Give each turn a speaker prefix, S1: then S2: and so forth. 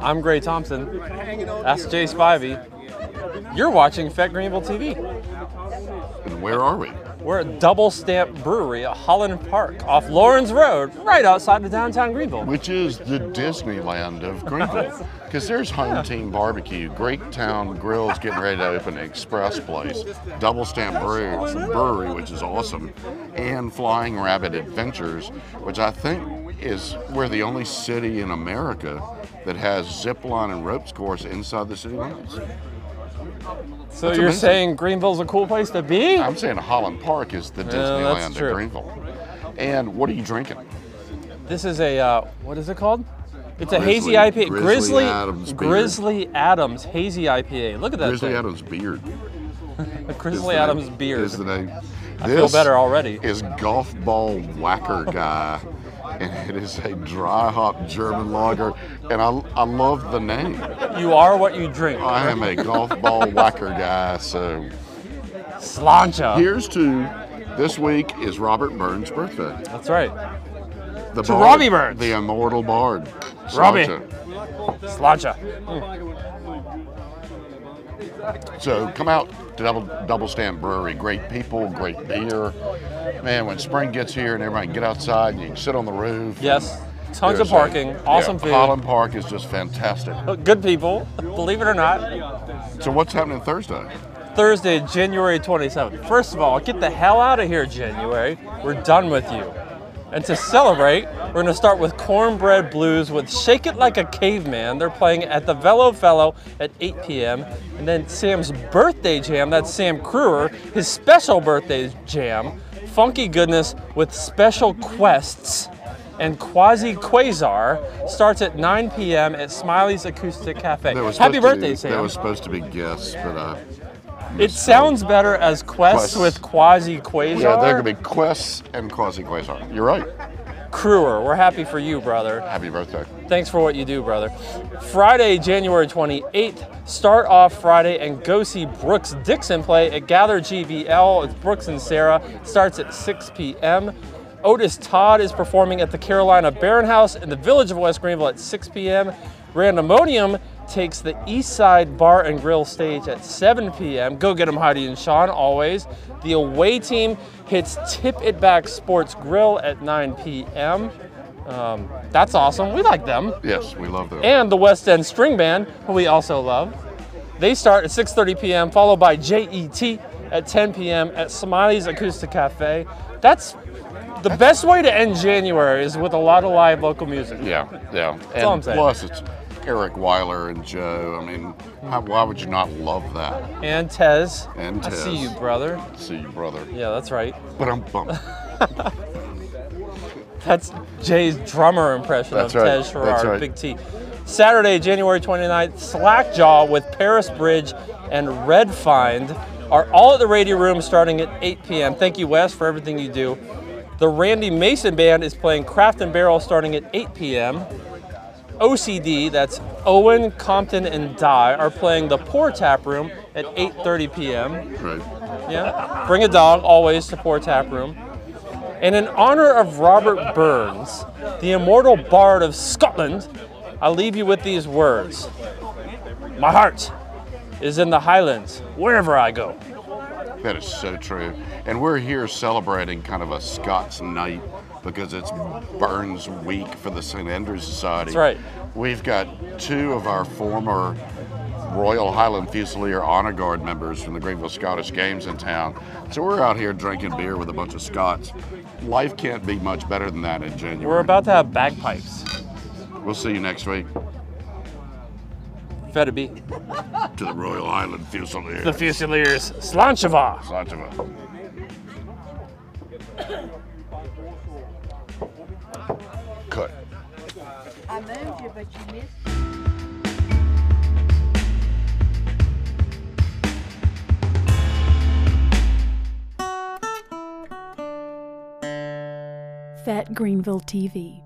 S1: I'm Gray Thompson. That's Jay Spivey. You're watching Fat Greenville TV.
S2: And where are we?
S1: We're at Double Stamp Brewery at Holland Park off Lawrence Road, right outside of downtown Greenville.
S2: Which is the Disneyland of Greenville. Because there's Home Team Barbecue, Greek Town Grill's getting ready to open an express place, Double Stamp Brew- Brewery, which is awesome, and Flying Rabbit Adventures, which I think is we're the only city in America that has zip line and ropes course inside the city limits.
S1: So you're
S2: amazing.
S1: saying Greenville's a cool place to be?
S2: I'm saying Holland Park is the
S1: that's
S2: Disneyland
S1: true.
S2: of Greenville. And what are you drinking?
S1: This is a uh, what is it called? It's a hazy
S2: Grizzly-
S1: IPA.
S2: Grizzly
S1: Grizzly
S2: Adams beer.
S1: Grizzly Adams hazy IPA. Look at that.
S2: Grizzly
S1: thing.
S2: Adams Beard.
S1: The
S2: is
S1: Grizzly
S2: the name-
S1: Adams beer.
S2: Is the name. I
S1: feel better already.
S2: Is golf ball whacker guy, and it is a dry hop German lager, and I, I love the name.
S1: You are what you drink.
S2: I am a golf ball whacker guy, so
S1: Slancha.
S2: here's to. This week is Robert Burns' birthday.
S1: That's right.
S2: The
S1: To Robbie Burns.
S2: the immortal bard.
S1: Robbie.
S2: Slancha.
S1: Slancha.
S2: So come out to Double Double Stamp Brewery. Great people, great beer. Man, when spring gets here and everybody can get outside and you can sit on the roof.
S1: Yes. Tons of
S2: There's a-
S1: parking. awesome
S2: yeah,
S1: food.
S2: Holland Park is just fantastic.
S1: Oh, Good people. Believe it or not.
S2: So what's happening Thursday?
S1: Thursday, January 27th. First of all, get the hell out of here, January. We're done with you. And to celebrate, we're going to start with Cornbread Blues with Shake It Like a Caveman. They're playing at the Velo Fellow at 8 p.m. And then Sam's birthday jam, that's Sam Crewer, his special birthday jam, Funky Goodness with Special Quests and Quasi Quasar starts at 9 p.m. at Smiley's Acoustic Cafe.
S2: That was
S1: Happy
S2: supposed to
S1: birthday,
S2: be,
S1: Sam.
S2: That was supposed to be guests, but uh,
S1: It sounds better as Quest
S2: Quest.
S1: with Quasi Quasar.
S2: yeah, there could be quests and quasi quasar. You're right.
S1: Crewer. We're happy for you, brother.
S2: Happy birthday.
S1: Thanks for what you do, brother. Friday, January 28th, start off Friday and go see Brooks Dixon play at Gather GVL. It's Brooks and Sarah. Starts at 6 p.m. Otis Todd is performing at the Carolina Baron House in the village of West Greenville at 6 p.m. Randomonium takes the East Side Bar and Grill stage at 7 p.m. Go get them, Heidi and Sean, always. The away team hits Tip It Back Sports Grill at 9 p.m. Um, that's awesome. We like them.
S2: Yes, we love them.
S1: And the West End String Band, who we also love. They start at 6:30 p.m., followed by JET at 10 p.m. at Smiley's Acoustic Cafe. That's the best way to end January is with a lot of live local music.
S2: yeah, yeah. That's and
S1: all I'm saying.
S2: plus, it's Eric Weiler and Joe. I mean, how, why would you not love that?
S1: And Tez.
S2: And
S1: I see
S2: Tez.
S1: you, brother.
S2: See you, brother.
S1: Yeah, that's right.
S2: But I'm bummed.
S1: That's Jay's drummer impression
S2: That's
S1: of
S2: right.
S1: Tej Farrar,
S2: That's right.
S1: Big T. Saturday, January 29th, Slackjaw with Paris Bridge and Red Find are all at the Radio Room starting at 8 p.m. Thank you, Wes, for everything you do. The Randy Mason Band is playing Craft and Barrel starting at 8 p.m. OCD, that's Owen, Compton, and Di, are playing the Poor Tap Room at 8.30 p.m.
S2: right.
S1: Yeah. Bring a dog, always support tap room. And in honor of Robert Burns, the immortal bard of Scotland, I leave you with these words. My heart is in the Highlands, wherever I go.
S2: That is so true. And we're here celebrating kind of a Scots night because it's Burns Week for the St. Andrews Society.
S1: That's right.
S2: We've got two of our former Royal Highland Fusilier Honor Guard members from the Greenville Scottish Games in town. So we're out here drinking beer with a bunch of Scots. Life can't be much better than that in January.
S1: We're about to have bagpipes.
S2: We'll see you next week
S1: Feta be.
S2: to the Royal Highland Fusilier.
S1: The Fusiliers, Slancheva.
S2: Lots of it. Cut.
S3: I moved you, but you missed.
S4: Fat Greenville TV.